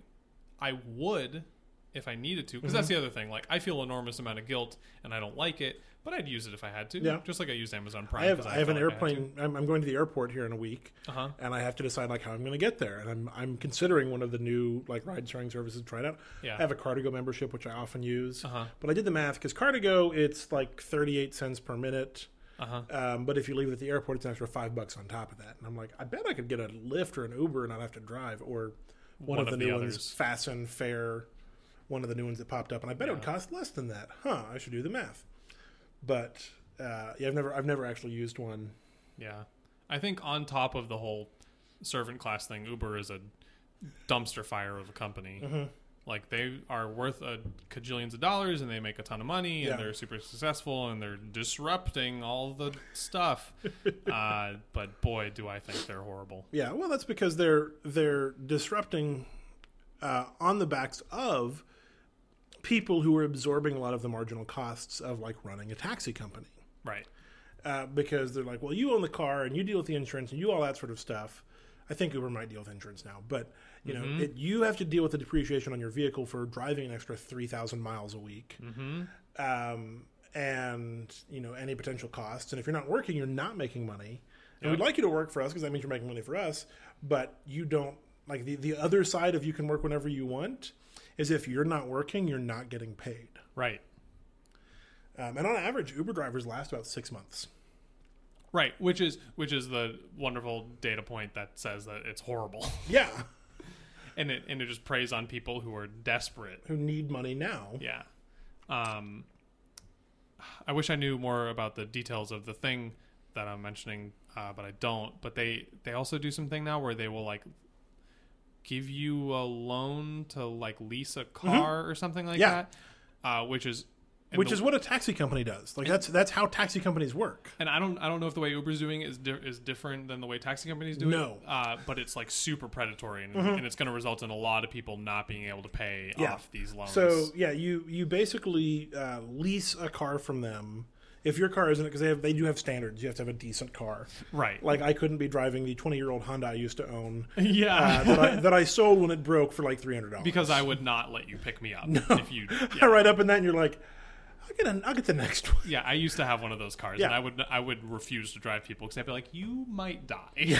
S2: I would if I needed to, because that's
S1: Mm-hmm.
S2: the other thing. Like I feel enormous amount of guilt, and I don't like it, but I'd use it if I had to.
S1: Yeah.
S2: just like I used Amazon Prime.
S1: I have
S2: 'cause
S1: I have an
S2: felt like had to.
S1: airplane. I'm, I'm going to the airport here in a week,
S2: Uh-huh.
S1: and I have to decide like how I'm going to get there. And I'm I'm considering one of the new like ride sharing services to try it out.
S2: Yeah.
S1: I have a Cardigo membership which I often use,
S2: Uh-huh.
S1: but I did the math because Cardigo it's like 38 cents per minute.
S2: Uh-huh.
S1: Um, but if you leave it at the airport, it's an extra five bucks on top of that. And I'm like, I bet I could get a Lyft or an Uber and not have to drive, or one, of, the, new ones,
S2: others.
S1: Fasten Fair, one of the new ones that popped up. And I bet it would cost less than that. Huh? I should do the math. But uh, yeah, I've never I've never actually used one.
S2: Yeah, I think on top of the whole servant class thing, Uber is a dumpster fire of a company. Like they are worth a cajillions of dollars, and they make a ton of money,
S1: Yeah.
S2: and they're super successful, and they're disrupting all the stuff. uh, but boy, do I think they're horrible.
S1: Yeah, well, that's because they're they're disrupting uh, on the backs of people who are absorbing a lot of the marginal costs of like running a taxi company.
S2: Right.
S1: uh, because they're like, well, you own the car and you deal with the insurance and you all that sort of stuff. I think Uber might deal with insurance now, but you know, it, you have to deal with the depreciation on your vehicle for driving an extra three thousand miles a week, um, and you know any potential costs. And if you're not working, you're not making money. And we'd like you to work for us because that means you're making money for us. But you don't like the the other side of you can work whenever you want is if you're not working, you're not getting paid.
S2: Right.
S1: Um, and on average, Uber drivers last about six months.
S2: Right, which is which is the wonderful data point that says that it's horrible,
S1: Yeah,
S2: and it and it just preys on people who are desperate.
S1: who need money now.
S2: Yeah, um, I wish I knew more about the details of the thing that I'm mentioning, uh, but I don't. But they they also do something now where they will like give you a loan to like lease a car or something like
S1: Mm-hmm. Yeah.
S2: that, uh, which is and
S1: Which
S2: the-
S1: is what a taxi company does. Like that's that's how taxi companies work.
S2: And I don't, I don't know if the way Uber's doing it is di- is different than the way taxi companies do
S1: No. Mm-hmm.
S2: it. uh, but it's like super predatory, and, and it's going to result in a lot of people not being able to pay
S1: Yeah.
S2: off these loans.
S1: So yeah, you you basically uh, lease a car from them. If your car isn't, because they have they do have standards. You have to have a decent car.
S2: right,
S1: Like I couldn't be driving the twenty year old Honda I used to own uh,
S2: yeah,
S1: that I that I sold when it broke for like three hundred dollars.
S2: because I would not let you pick me up if you.
S1: I
S2: Yeah.
S1: ride up in that and you're like, I'll get an, I'll get the next one.
S2: Yeah, I used to have one of those cars, and
S1: Yeah.
S2: I would I would refuse to drive people because I'd be like, "You might die."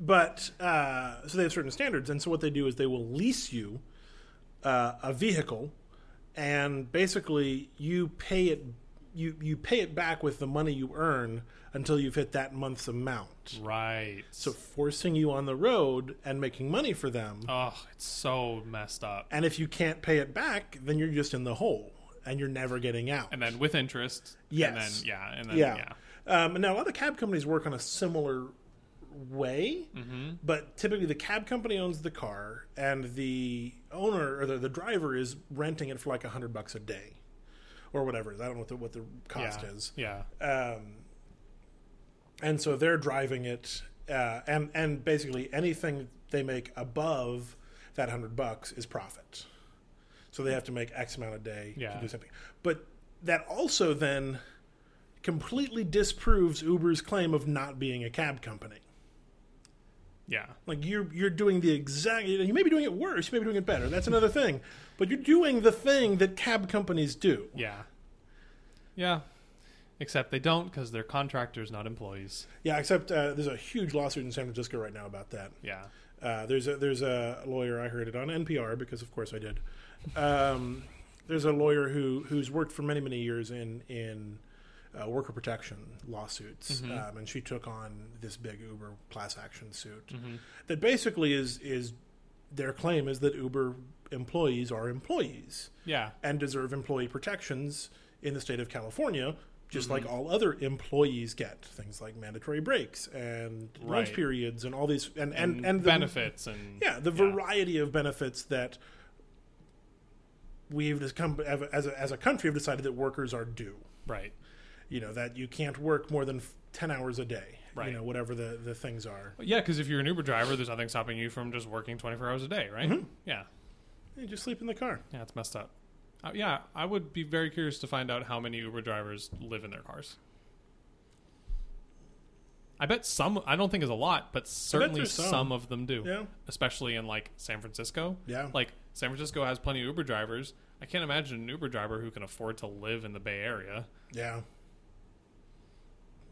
S1: But uh, so they have certain standards, and so what they do is they will lease you uh, a vehicle, and basically you pay it you you pay it back with the money you earn until you've hit that month's amount.
S2: right.
S1: So forcing you on the road and making money for them,
S2: oh, it's so messed up.
S1: and if you can't pay it back, then you're just in the hole and you're never getting out.
S2: And then with interest, and then
S1: Yes.
S2: yeah, and then
S1: yeah.
S2: yeah.
S1: Um, now a lot of cab companies work on a similar way,
S2: Mm-hmm.
S1: but typically the cab company owns the car, and the owner or the, the driver is renting it for like a hundred bucks a day, or whatever. it is. I don't know what the, what the cost
S2: yeah.
S1: is. Uh,
S2: Yeah.
S1: And so they're driving it, uh, and and basically anything they make above that hundred bucks is profit. So they have to make X amount a day
S2: Yeah.
S1: to do something. But that also then completely disproves Uber's claim of not being a cab company.
S2: yeah.
S1: Like you're you're doing the exact. You may be doing it worse. You may be doing it better. That's another thing. But you're doing the thing that cab companies do.
S2: Yeah. Yeah. Except they don't because they're contractors, not employees.
S1: Yeah. Except uh, there's a huge lawsuit in San Francisco right now about that.
S2: Yeah.
S1: Uh, there's a there's a lawyer I heard it on NPR because of course I did. Um, there's a lawyer who who's worked for many many years in in uh, worker protection lawsuits, um, and she took on this big Uber class action suit that basically is is their claim is that Uber employees are employees
S2: Yeah.
S1: and deserve employee protections in the state of California, just like
S2: Mm-hmm.
S1: all other employees get things like mandatory breaks and lunch
S2: Right.
S1: periods and all these and and and, the,
S2: benefits and
S1: Yeah, the variety of benefits that we've just come as a, as a country have decided that workers are due.
S2: Right.
S1: You know that you can't work more than f- ten hours a day.
S2: Right.
S1: You know whatever the the things are.
S2: But yeah, because if you're an Uber driver, there's nothing stopping you from just working 24 hours a day, right?
S1: Mm-hmm.
S2: Yeah.
S1: You just sleep in the car.
S2: Yeah, it's messed up. Uh, yeah, I would be very curious to find out how many Uber drivers live in their cars. I bet some. I don't think it's a lot, but certainly
S1: there's some.
S2: some. of them do.
S1: Yeah.
S2: Especially in like San Francisco.
S1: Yeah.
S2: Like San Francisco has plenty of Uber drivers. I can't imagine an Uber driver who can afford to live in the Bay Area.
S1: Yeah.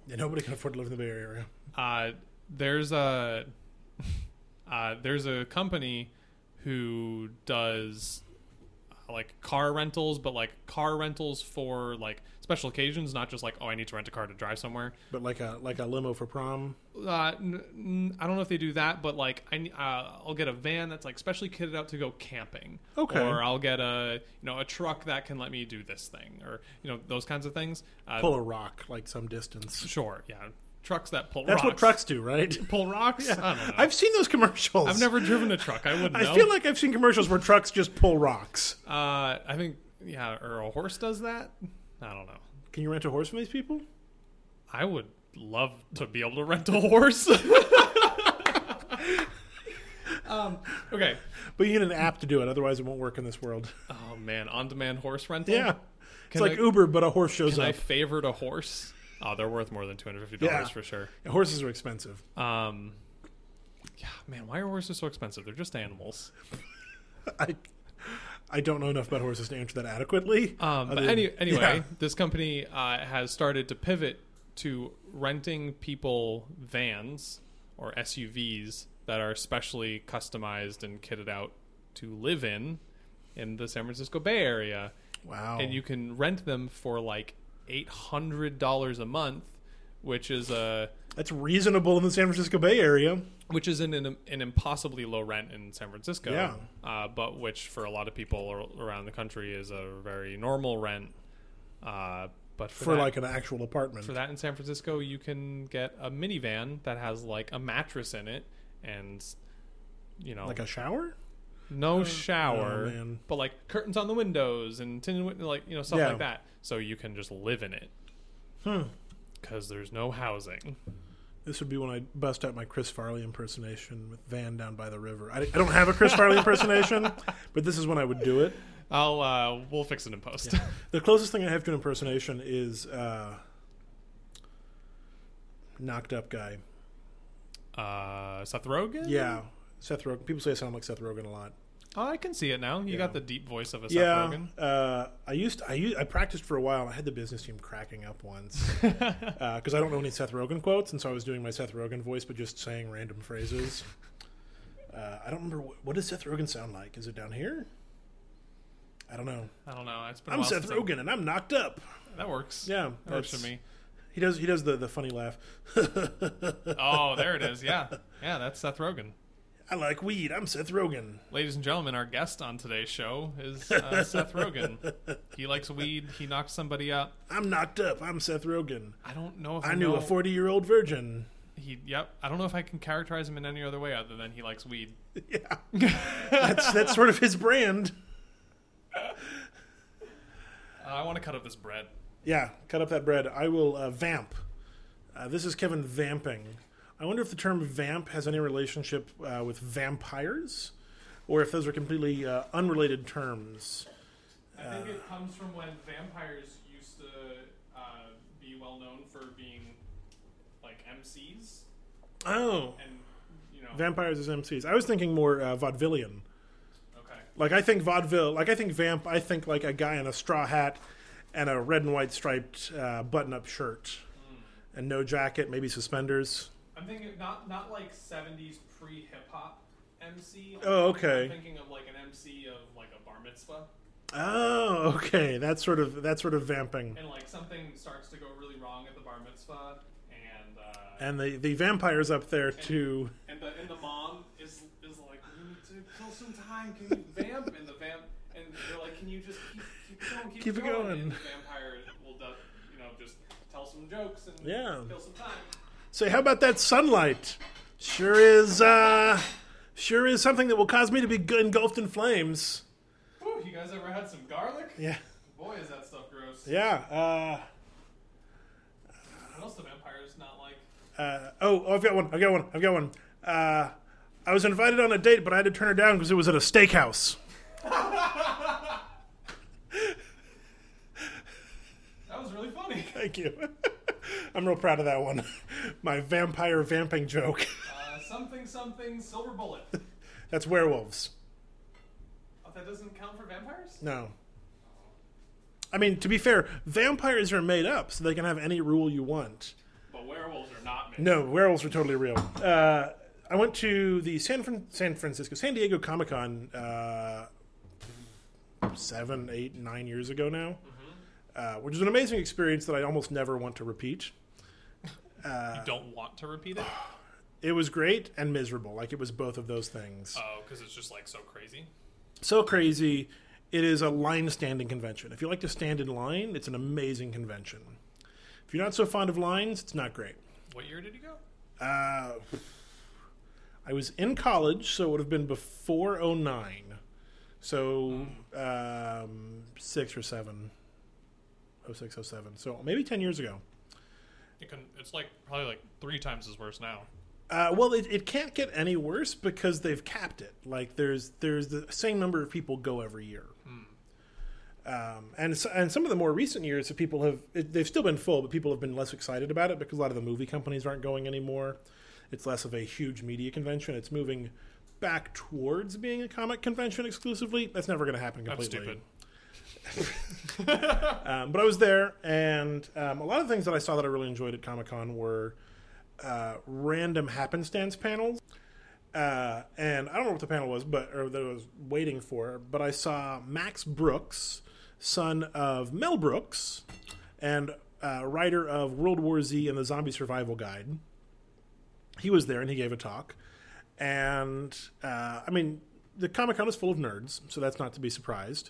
S1: Yeah, nobody can afford to live in the Bay Area.
S2: Uh, there's a uh, there's a company who does uh, like car rentals, but like car rentals for like special occasions, not just like oh I need to rent a car to drive somewhere.
S1: But like a like a limo for prom.
S2: Uh, n- n- I don't know if they do that, but like I ne- uh, I'll get a van that's like specially kitted out to go camping.
S1: Okay.
S2: Or I'll get a you know a truck that can let me do this thing, or you know those kinds of things. Uh,
S1: pull a rock like some distance.
S2: sure, yeah, trucks that pull.
S1: That's
S2: rocks.
S1: what trucks do, right?
S2: pull rocks. I don't know.
S1: I've seen those commercials.
S2: I've never driven a truck. I wouldn't.
S1: I
S2: know.
S1: feel like I've seen commercials where trucks just pull rocks.
S2: Uh, I think yeah, or a horse does that. I don't know.
S1: Can you rent a horse from these people?
S2: I would love to be able to rent a horse. um, okay.
S1: But you need an app to do it, otherwise it won't work in this world.
S2: Oh man, on-demand horse rental.
S1: Yeah. It's
S2: Can
S1: like
S2: I-
S1: Uber, but a horse shows
S2: I
S1: up.
S2: favored a horse. Oh, they're worth more than two hundred fifty
S1: Yeah.
S2: dollars for sure.
S1: And horses are expensive.
S2: Um, yeah, man, why are horses so expensive? They're just animals.
S1: I I don't know enough about horses to answer that adequately.
S2: Um,
S1: Other
S2: but
S1: than-
S2: any, anyway,
S1: Yeah.
S2: this company uh, has started to pivot to renting people vans or SUVs that are specially customized and kitted out to live in in the San Francisco Bay Area,
S1: wow.
S2: and you can rent them for like eight hundred dollars a month, which is a
S1: That's reasonable in the San Francisco Bay Area.
S2: which is an, an an impossibly low rent in San Francisco.
S1: Yeah.
S2: Uh, but which for a lot of people ar- around the country is a very normal rent. Uh, but for,
S1: for
S2: that,
S1: like an actual apartment.
S2: for that in San Francisco, you can get a minivan that has like a mattress in it and you know
S1: Like a shower?
S2: no shower,
S1: oh, man.
S2: but like curtains on the windows and tin win- like you know stuff
S1: Yeah.
S2: like that. So you can just live in it.
S1: Hmm.
S2: Because there's no housing.
S1: This would be when I bust out my Chris Farley impersonation with Van Down by the River. I, I don't have a Chris Farley impersonation, but this is when I would do it.
S2: I'll uh, we'll fix it in post.
S1: The closest thing I have to an impersonation is uh, knocked up guy.
S2: Uh, Seth Rogen.
S1: Yeah, Seth Rogen. People say I sound like Seth Rogen a lot.
S2: Oh, I can see it now. You
S1: Yeah.
S2: got the deep voice of a Seth
S1: yeah,
S2: Rogen.
S1: uh, I used I used, I practiced for a while. I had the business team cracking up once because Uh, I don't know any Seth Rogen quotes, and so I was doing my Seth Rogen voice, but just saying random phrases. Uh, I don't remember what, what does Seth Rogen sound like. Is it down here? I don't know.
S2: I don't know. It's been a
S1: I'm
S2: while
S1: Seth
S2: since I've-
S1: Rogen, and I'm knocked up.
S2: That works.
S1: Yeah,
S2: that works for
S1: that's-
S2: me.
S1: He does he does the the funny laugh.
S2: Oh, there it is. Yeah, yeah. That's Seth Rogen.
S1: I like weed. I'm Seth Rogen.
S2: Ladies and gentlemen, our guest on today's show is uh, Seth Rogen. He likes weed. He knocks somebody up.
S1: I'm knocked up. I'm Seth Rogen.
S2: I don't know if
S1: I knew a
S2: know-
S1: 40 year old virgin.
S2: He, yep. I don't know if I can characterize him in any other way other than he likes weed.
S1: Yeah, that's that's sort of his brand.
S2: Uh, I want to cut up this bread.
S1: Yeah, cut up that bread. I will uh, vamp. Uh, this is Kevin vamping. I wonder if the term vamp has any relationship uh, with vampires, or if those are completely uh, unrelated terms.
S2: I think it comes from when vampires used to uh, be well known for being like MCs
S1: Oh,
S2: and you know.
S1: vampires as MCs. I was thinking more uh, vaudevillian.
S2: okay.
S1: Like I think vaudeville. Like I think vamp. I think like a guy in a straw hat and a red and white striped uh, button-up shirt and no jacket, maybe suspenders.
S2: I'm thinking of not not like '70s pre hip hop MC.
S1: Oh,
S2: I'm
S1: okay.
S2: thinking of like an MC of like a bar mitzvah,
S1: Oh, okay. That's sort of that's sort of vamping.
S2: and like something starts to go really wrong at the bar mitzvah, and uh,
S1: And the the vampires up there too.
S2: and the and the mom is is like, we need to kill some time. Can you vamp? And the vamp and they're like, can you just keep keep going, keep,
S1: Keep it going.
S2: And the vampire will do, you know just tell some jokes and
S1: Yeah.
S2: kill some time.
S1: Say, how about that sunlight? Sure is uh sure is something that will cause me to be g- engulfed in flames.
S2: Whew, you guys ever had some garlic?
S1: Yeah.
S2: Boy, is that stuff gross.
S1: Yeah. Uh
S2: What else do vampires not like?
S1: Uh, oh, oh, I've got one. I've got one. I've got one. Uh, I was invited on a date, but I had to turn her down because it was at a steakhouse.
S2: That was really funny.
S1: Thank you. I'm real proud of that one. My vampire vamping joke.
S2: Uh, something, something, silver bullet.
S1: That's werewolves.
S2: Oh, that doesn't count for vampires?
S1: No. I mean, to be fair, vampires are made up, so they can have any rule you want.
S2: But werewolves are not made.
S1: No, werewolves are totally real. Uh, I went to the San, Fran- San Francisco, San Diego Comic Con uh, seven, eight, nine years ago now, uh, which is an amazing experience that I almost never want to repeat.
S2: you don't want to repeat it?
S1: It was great and miserable. Like, it was both of those things.
S2: Oh, because it's just like so crazy.
S1: so crazy. It is a line standing convention. If you like to stand in line, it's an amazing convention. If you're not so fond of lines, it's not great.
S2: What year did you go?
S1: Uh, I was in college, so it would have been before 09. So um, six or seven. 06, 07. So maybe 10 years ago.
S2: It can, it's like probably like three times as worse now.
S1: Uh, well, it, it can't get any worse because they've capped it. Like there's there's the same number of people go every year. Um, and so, and some of the more recent years, the people have it, they've still been full, but people have been less excited about it because a lot of the movie companies aren't going anymore. It's less of a huge media convention. It's moving back towards being a comic convention exclusively. That's never going to happen
S2: That's
S1: completely.
S2: stupid.
S1: Um, but I was there, and um, a lot of things that I saw that I really enjoyed at Comic Con were uh, random happenstance panels. Uh, and I don't know what the panel was, but or that I was waiting for, but I saw Max Brooks, son of Mel Brooks, and uh, writer of World War Z and the Zombie Survival Guide. He was there and he gave a talk, and uh, I mean the Comic Con is full of nerds, so that's not to be surprised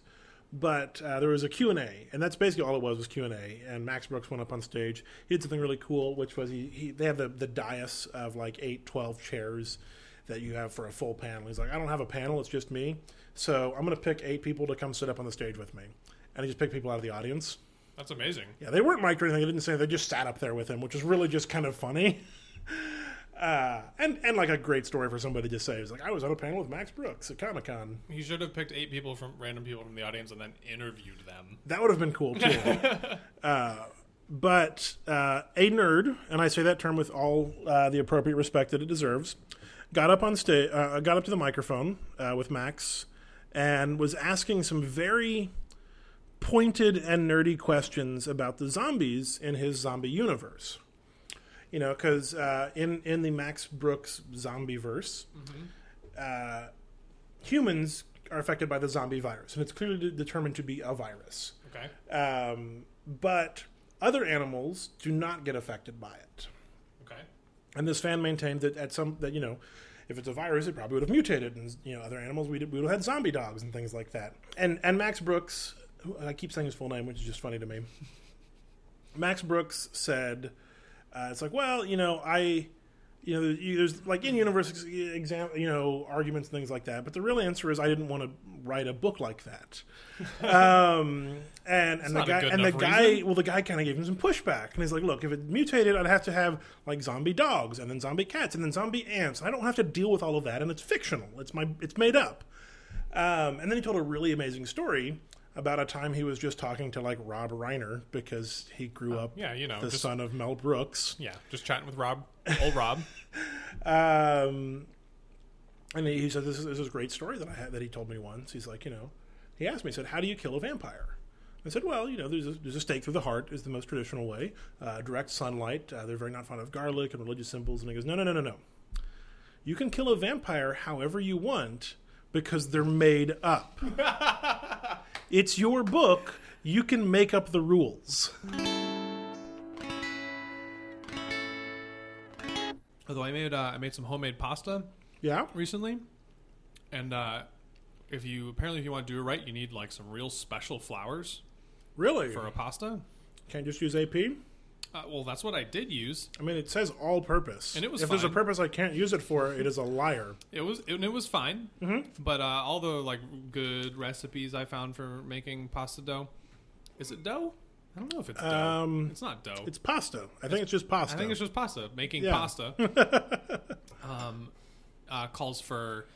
S1: but uh, there was a q&a and that's basically all it was was q&a and max brooks went up on stage he did something really cool which was he, he they have the, the dais of like 8 12 chairs that you have for a full panel he's like i don't have a panel it's just me so i'm going to pick eight people to come sit up on the stage with me and he just picked people out of the audience
S2: That's amazing.
S1: yeah, they weren't mic'd or anything. They didn't say they just sat up there with him, which is really just kind of funny. Uh, and and like a great story for somebody to say is like I was on a panel with Max Brooks at Comic Con.
S2: He should have picked eight people from random people from the audience and then interviewed them.
S1: That would have been cool too. uh, but uh, a nerd, and I say that term with all uh, the appropriate respect that it deserves, got up on stage, uh, got up to the microphone uh, with Max, and was asking some very pointed and nerdy questions about the zombies in his zombie universe. You know, because uh, in in the Max Brooks zombie verse, uh, humans are affected by the zombie virus, and it's clearly de- determined to be a virus.
S2: Okay.
S1: Um, but other animals do not get affected by it.
S2: Okay.
S1: And this fan maintained that at some that you know, if it's a virus, it probably would have mutated, and you know, other animals we would have had zombie dogs and things like that. And and Max Brooks, who- I keep saying his full name, which is just funny to me. Max Brooks said, uh, "It's like, well, you know, I." You know, you- there's like in universe ex- exam, you know, arguments and things like that. But the real answer is, I didn't want to write a book like that. Um, and and the
S2: not a
S1: guy
S2: good
S1: and the
S2: enough
S1: guy
S2: reason.
S1: well the guy kind of gave him some pushback and he's like look if it mutated i'd have to have like zombie dogs and then zombie cats and then zombie ants and i don't have to deal with all of that and it's fictional it's my it's made up um, and then he told a really amazing story about a time he was just talking to like rob reiner because he grew up
S2: Oh, yeah, you know,
S1: the
S2: just-
S1: son of mel brooks
S2: Yeah, just chatting with Rob, old Rob.
S1: um, and he, he said, this is, this is a great story that I had, that he told me once." He's like, you know, he asked me, he said, "How do you kill a vampire?" I said, "Well, you know, there's a, there's a stake through the heart is the most traditional way. Uh, direct sunlight. Uh, they're very not fond of garlic and religious symbols." And he goes, "No, no, no, no, no. You can kill a vampire however you want because they're made up. it's your book. You can make up the rules."
S2: Although I made uh, I made some homemade pasta
S1: Yeah.
S2: recently, and uh, if you apparently if you want to do it right, you need like some real special flours
S1: Really?
S2: for a pasta.
S1: Can't just use AP.
S2: Uh, well, that's what I did use.
S1: I mean, it says all purpose.
S2: And it was
S1: if there's a
S2: fine.
S1: purpose I can't use it for, it is a liar.
S2: It was it, it was fine, but uh, all the like good recipes I found for making pasta dough. Is it dough? I don't know if it's dough.
S1: Um,
S2: it's not dough.
S1: It's pasta. I think it's just pasta.
S2: I think it's just pasta. Making
S1: Yeah.
S2: pasta um, uh, calls for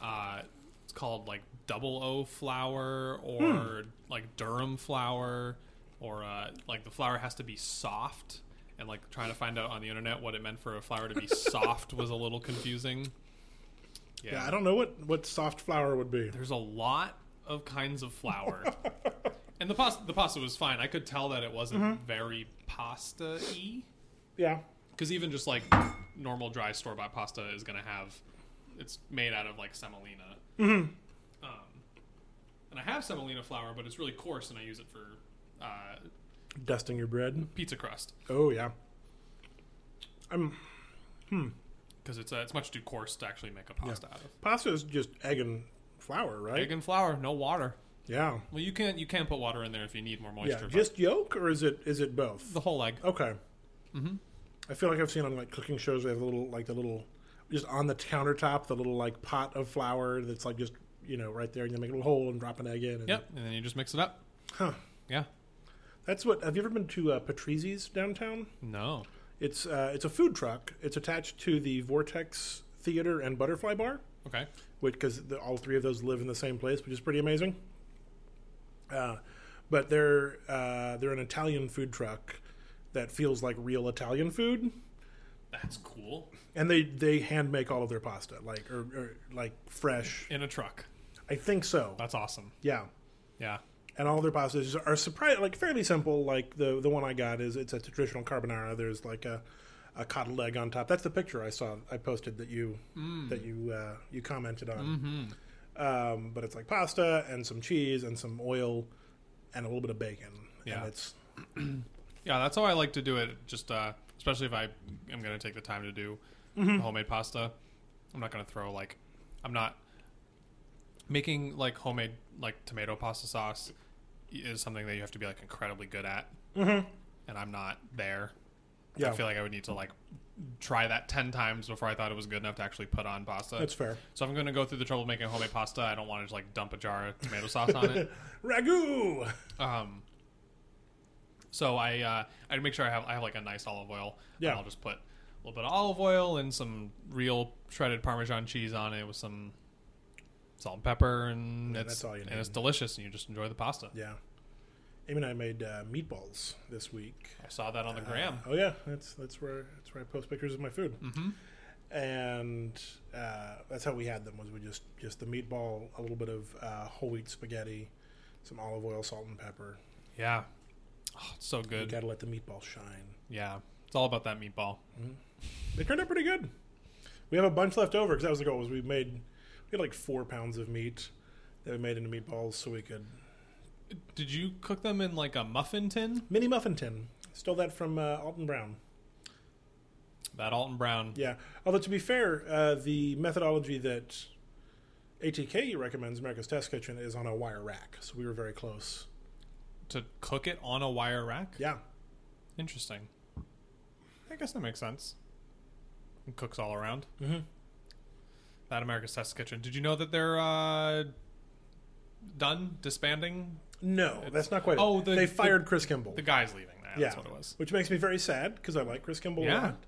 S2: uh, it's called like double O flour or like Durham flour or uh, like the flour has to be soft. And like trying to find out on the internet what it meant for a flour to be soft was a little confusing.
S1: yeah, I don't know what, what soft flour would be.
S2: There's a lot of kinds of flour. and the pasta the pasta was fine. I could tell that it wasn't very pasta y.
S1: Yeah.
S2: Because even just like normal dry store bought pasta is gonna have it's made out of like semolina. Mm-hmm. Um, and I have semolina flour, but it's really coarse and I use it for uh,
S1: Dusting your bread.
S2: pizza crust.
S1: Oh, yeah.
S2: Because it's, uh, it's much too coarse to actually make a pasta out of.
S1: Pasta is just egg and flour, right?
S2: Egg and flour, no water.
S1: Yeah.
S2: Well, you can you can put water in there if you need more moisture.
S1: Yeah.
S2: but
S1: Just yolk, or is it is it both?
S2: the whole egg.
S1: Okay. Mm-hmm. I feel like I've seen on like cooking shows they have the little like the little just on the countertop the little like pot of flour that's like just you know right there and you make a little hole and drop an egg in. And,
S2: Yep, and then you just mix it up.
S1: Huh.
S2: Yeah.
S1: That's what. Have you ever been to uh, Patrizi's downtown?
S2: No.
S1: It's uh, it's a food truck. It's attached to the Vortex Theater and Butterfly Bar,
S2: Okay.
S1: which because all three of those live in the same place, which is pretty amazing. Uh, but they're uh, they're an Italian food truck that feels like real Italian food,
S2: That's cool.
S1: and they they hand make all of their pasta like or, or like fresh.
S2: In a truck.
S1: I think so.
S2: That's awesome.
S1: Yeah.
S2: Yeah.
S1: and all their pastas are surprised like fairly simple. Like the the one I got is it's a traditional carbonara. There's like a a cotton leg on top. That's the picture I saw I posted that you
S2: Mm.
S1: that you uh, you commented
S2: Mm-hmm.
S1: on. Um, but it's like pasta and some cheese and some oil and a little bit of bacon.
S2: Yeah.
S1: And it's
S2: Yeah, that's how I like to do it. Just uh, especially if I am going to take the time to do
S1: Mm-hmm.
S2: homemade pasta. I'm not going to throw like I'm not making like homemade like tomato pasta sauce is something that you have to be like incredibly good at. Mm-hmm. And I'm not there.
S1: yeah,
S2: I feel like I would need to like try that 10 times before I thought it was good enough to actually put on pasta.
S1: that's fair.
S2: so if I'm going to go through the trouble of making homemade pasta, I don't want to just like dump a jar of tomato sauce on it.
S1: Ragu.
S2: Um, so I uh, I make sure I have I have like a nice olive oil. and
S1: Yeah.
S2: I'll just put a little bit of olive oil and some real shredded Parmesan cheese on it with some salt and pepper, and it's
S1: that's all you
S2: and
S1: need.
S2: it's delicious, and you just enjoy the pasta.
S1: Yeah. Amy and I made uh, meatballs this week.
S2: I saw that on the gram.
S1: Oh yeah, that's that's where that's where I post pictures of my food.
S2: hmm
S1: and uh, that's how we had them was we just just the meatball a little bit of uh, whole wheat spaghetti some olive oil salt and pepper
S2: Yeah, oh, it's so
S1: you
S2: good.
S1: gotta let the meatball shine
S2: Yeah, it's all about that meatball.
S1: they turned out pretty good we have a bunch left over because that was the goal was we made we had like four pounds of meat that we made into meatballs so we could
S2: Did you cook them in like a muffin tin?
S1: mini muffin tin stole that from uh, alton brown
S2: That Alton Brown.
S1: yeah although to be fair uh, the methodology that atk recommends america's test kitchen is on a wire rack so we were very close
S2: to cook it on a wire rack?
S1: yeah
S2: Interesting. I guess that makes sense. And cooks all around.
S1: mm-hmm.
S2: That America's Test Kitchen. Did you know that they're uh, done disbanding?
S1: No, that's not quite.
S2: Oh,
S1: Oh,
S2: the-
S1: they
S2: the-
S1: fired Chris Kimball.
S2: The guy's leaving. Now.
S1: yeah,
S2: That's what it was.
S1: which makes me very sad because I like Chris Kimball a
S2: Yeah.
S1: lot.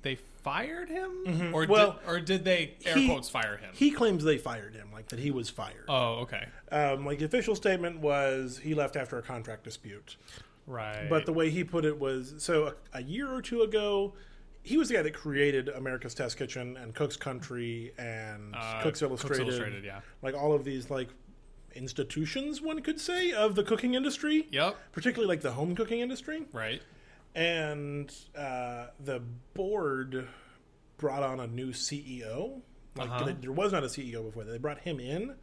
S2: They fired him,
S1: Mhm.
S2: or
S1: Well,
S2: did, or did they air
S1: he-
S2: quotes fire him?
S1: He claims they fired him, like that he was fired.
S2: oh, okay,
S1: um, like the official statement was he left after a contract dispute.
S2: right.
S1: But the way he put it was so a, a year or two ago, he was the guy that created America's Test Kitchen and Cook's Country and
S2: Uh,
S1: Cook's, Illustrated,
S2: Illustrated, yeah,
S1: like all of these like institutions one could say of the cooking industry,
S2: yep,
S1: particularly like the home cooking industry.
S2: right.
S1: and uh, the board brought on a new CEO. Like
S2: Uh-huh.
S1: th- there was not a CEO before. They brought him in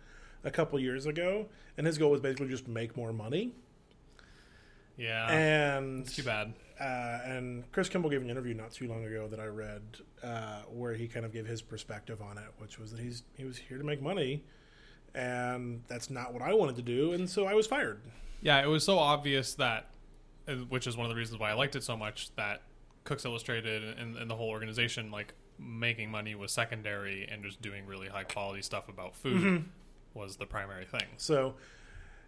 S1: a couple years ago, and his goal was basically just make more money.
S2: Yeah,
S1: and
S2: too bad.
S1: Uh, and Chris Kimball gave an interview not too long ago that I read, uh, where he kind of gave his perspective on it, which was that he's he was here to make money, and that's not what I wanted to do, and so I was fired.
S2: Yeah, it was so obvious that, uh, which is one of the reasons why I liked it so much, that Cooks Illustrated and, and the whole organization, like, making money was secondary and just doing really high quality stuff about food
S1: Mm-hmm.
S2: was the primary thing.
S1: So,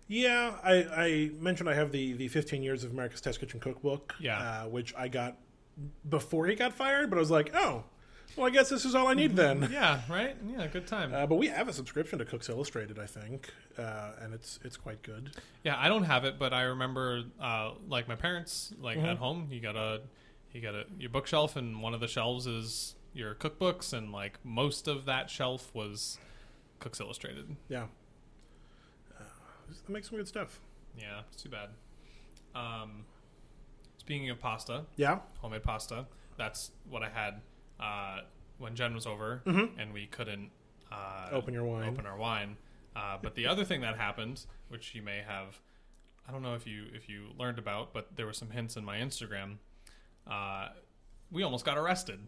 S1: yeah, I, I mentioned I have the, the 15 years of America's Test Kitchen Cookbook,
S2: Yeah.
S1: uh, which I got before he got fired, but I was like, oh, well, I guess this is all I need then.
S2: Yeah, right? Yeah, good time.
S1: Uh, but we have a subscription to Cooks Illustrated, I think, uh, and it's it's quite good.
S2: yeah, I don't have it, but I remember, uh, like, my parents, like, at home, you got a, you got a, your bookshelf, and one of the shelves is your cookbooks, and, like, most of that shelf was Cooks Illustrated.
S1: Yeah, uh, it Uh, makes some good stuff.
S2: Yeah, it's too bad. Um, speaking of pasta,
S1: Yeah,
S2: homemade pasta, that's what I had uh, when Jen was over, and we couldn't uh,
S1: Open your wine.
S2: Open our wine. Uh, but the other thing that happened, which you may have, I don't know if you if you learned about, but there were some hints in my Instagram. Uh, we almost got arrested.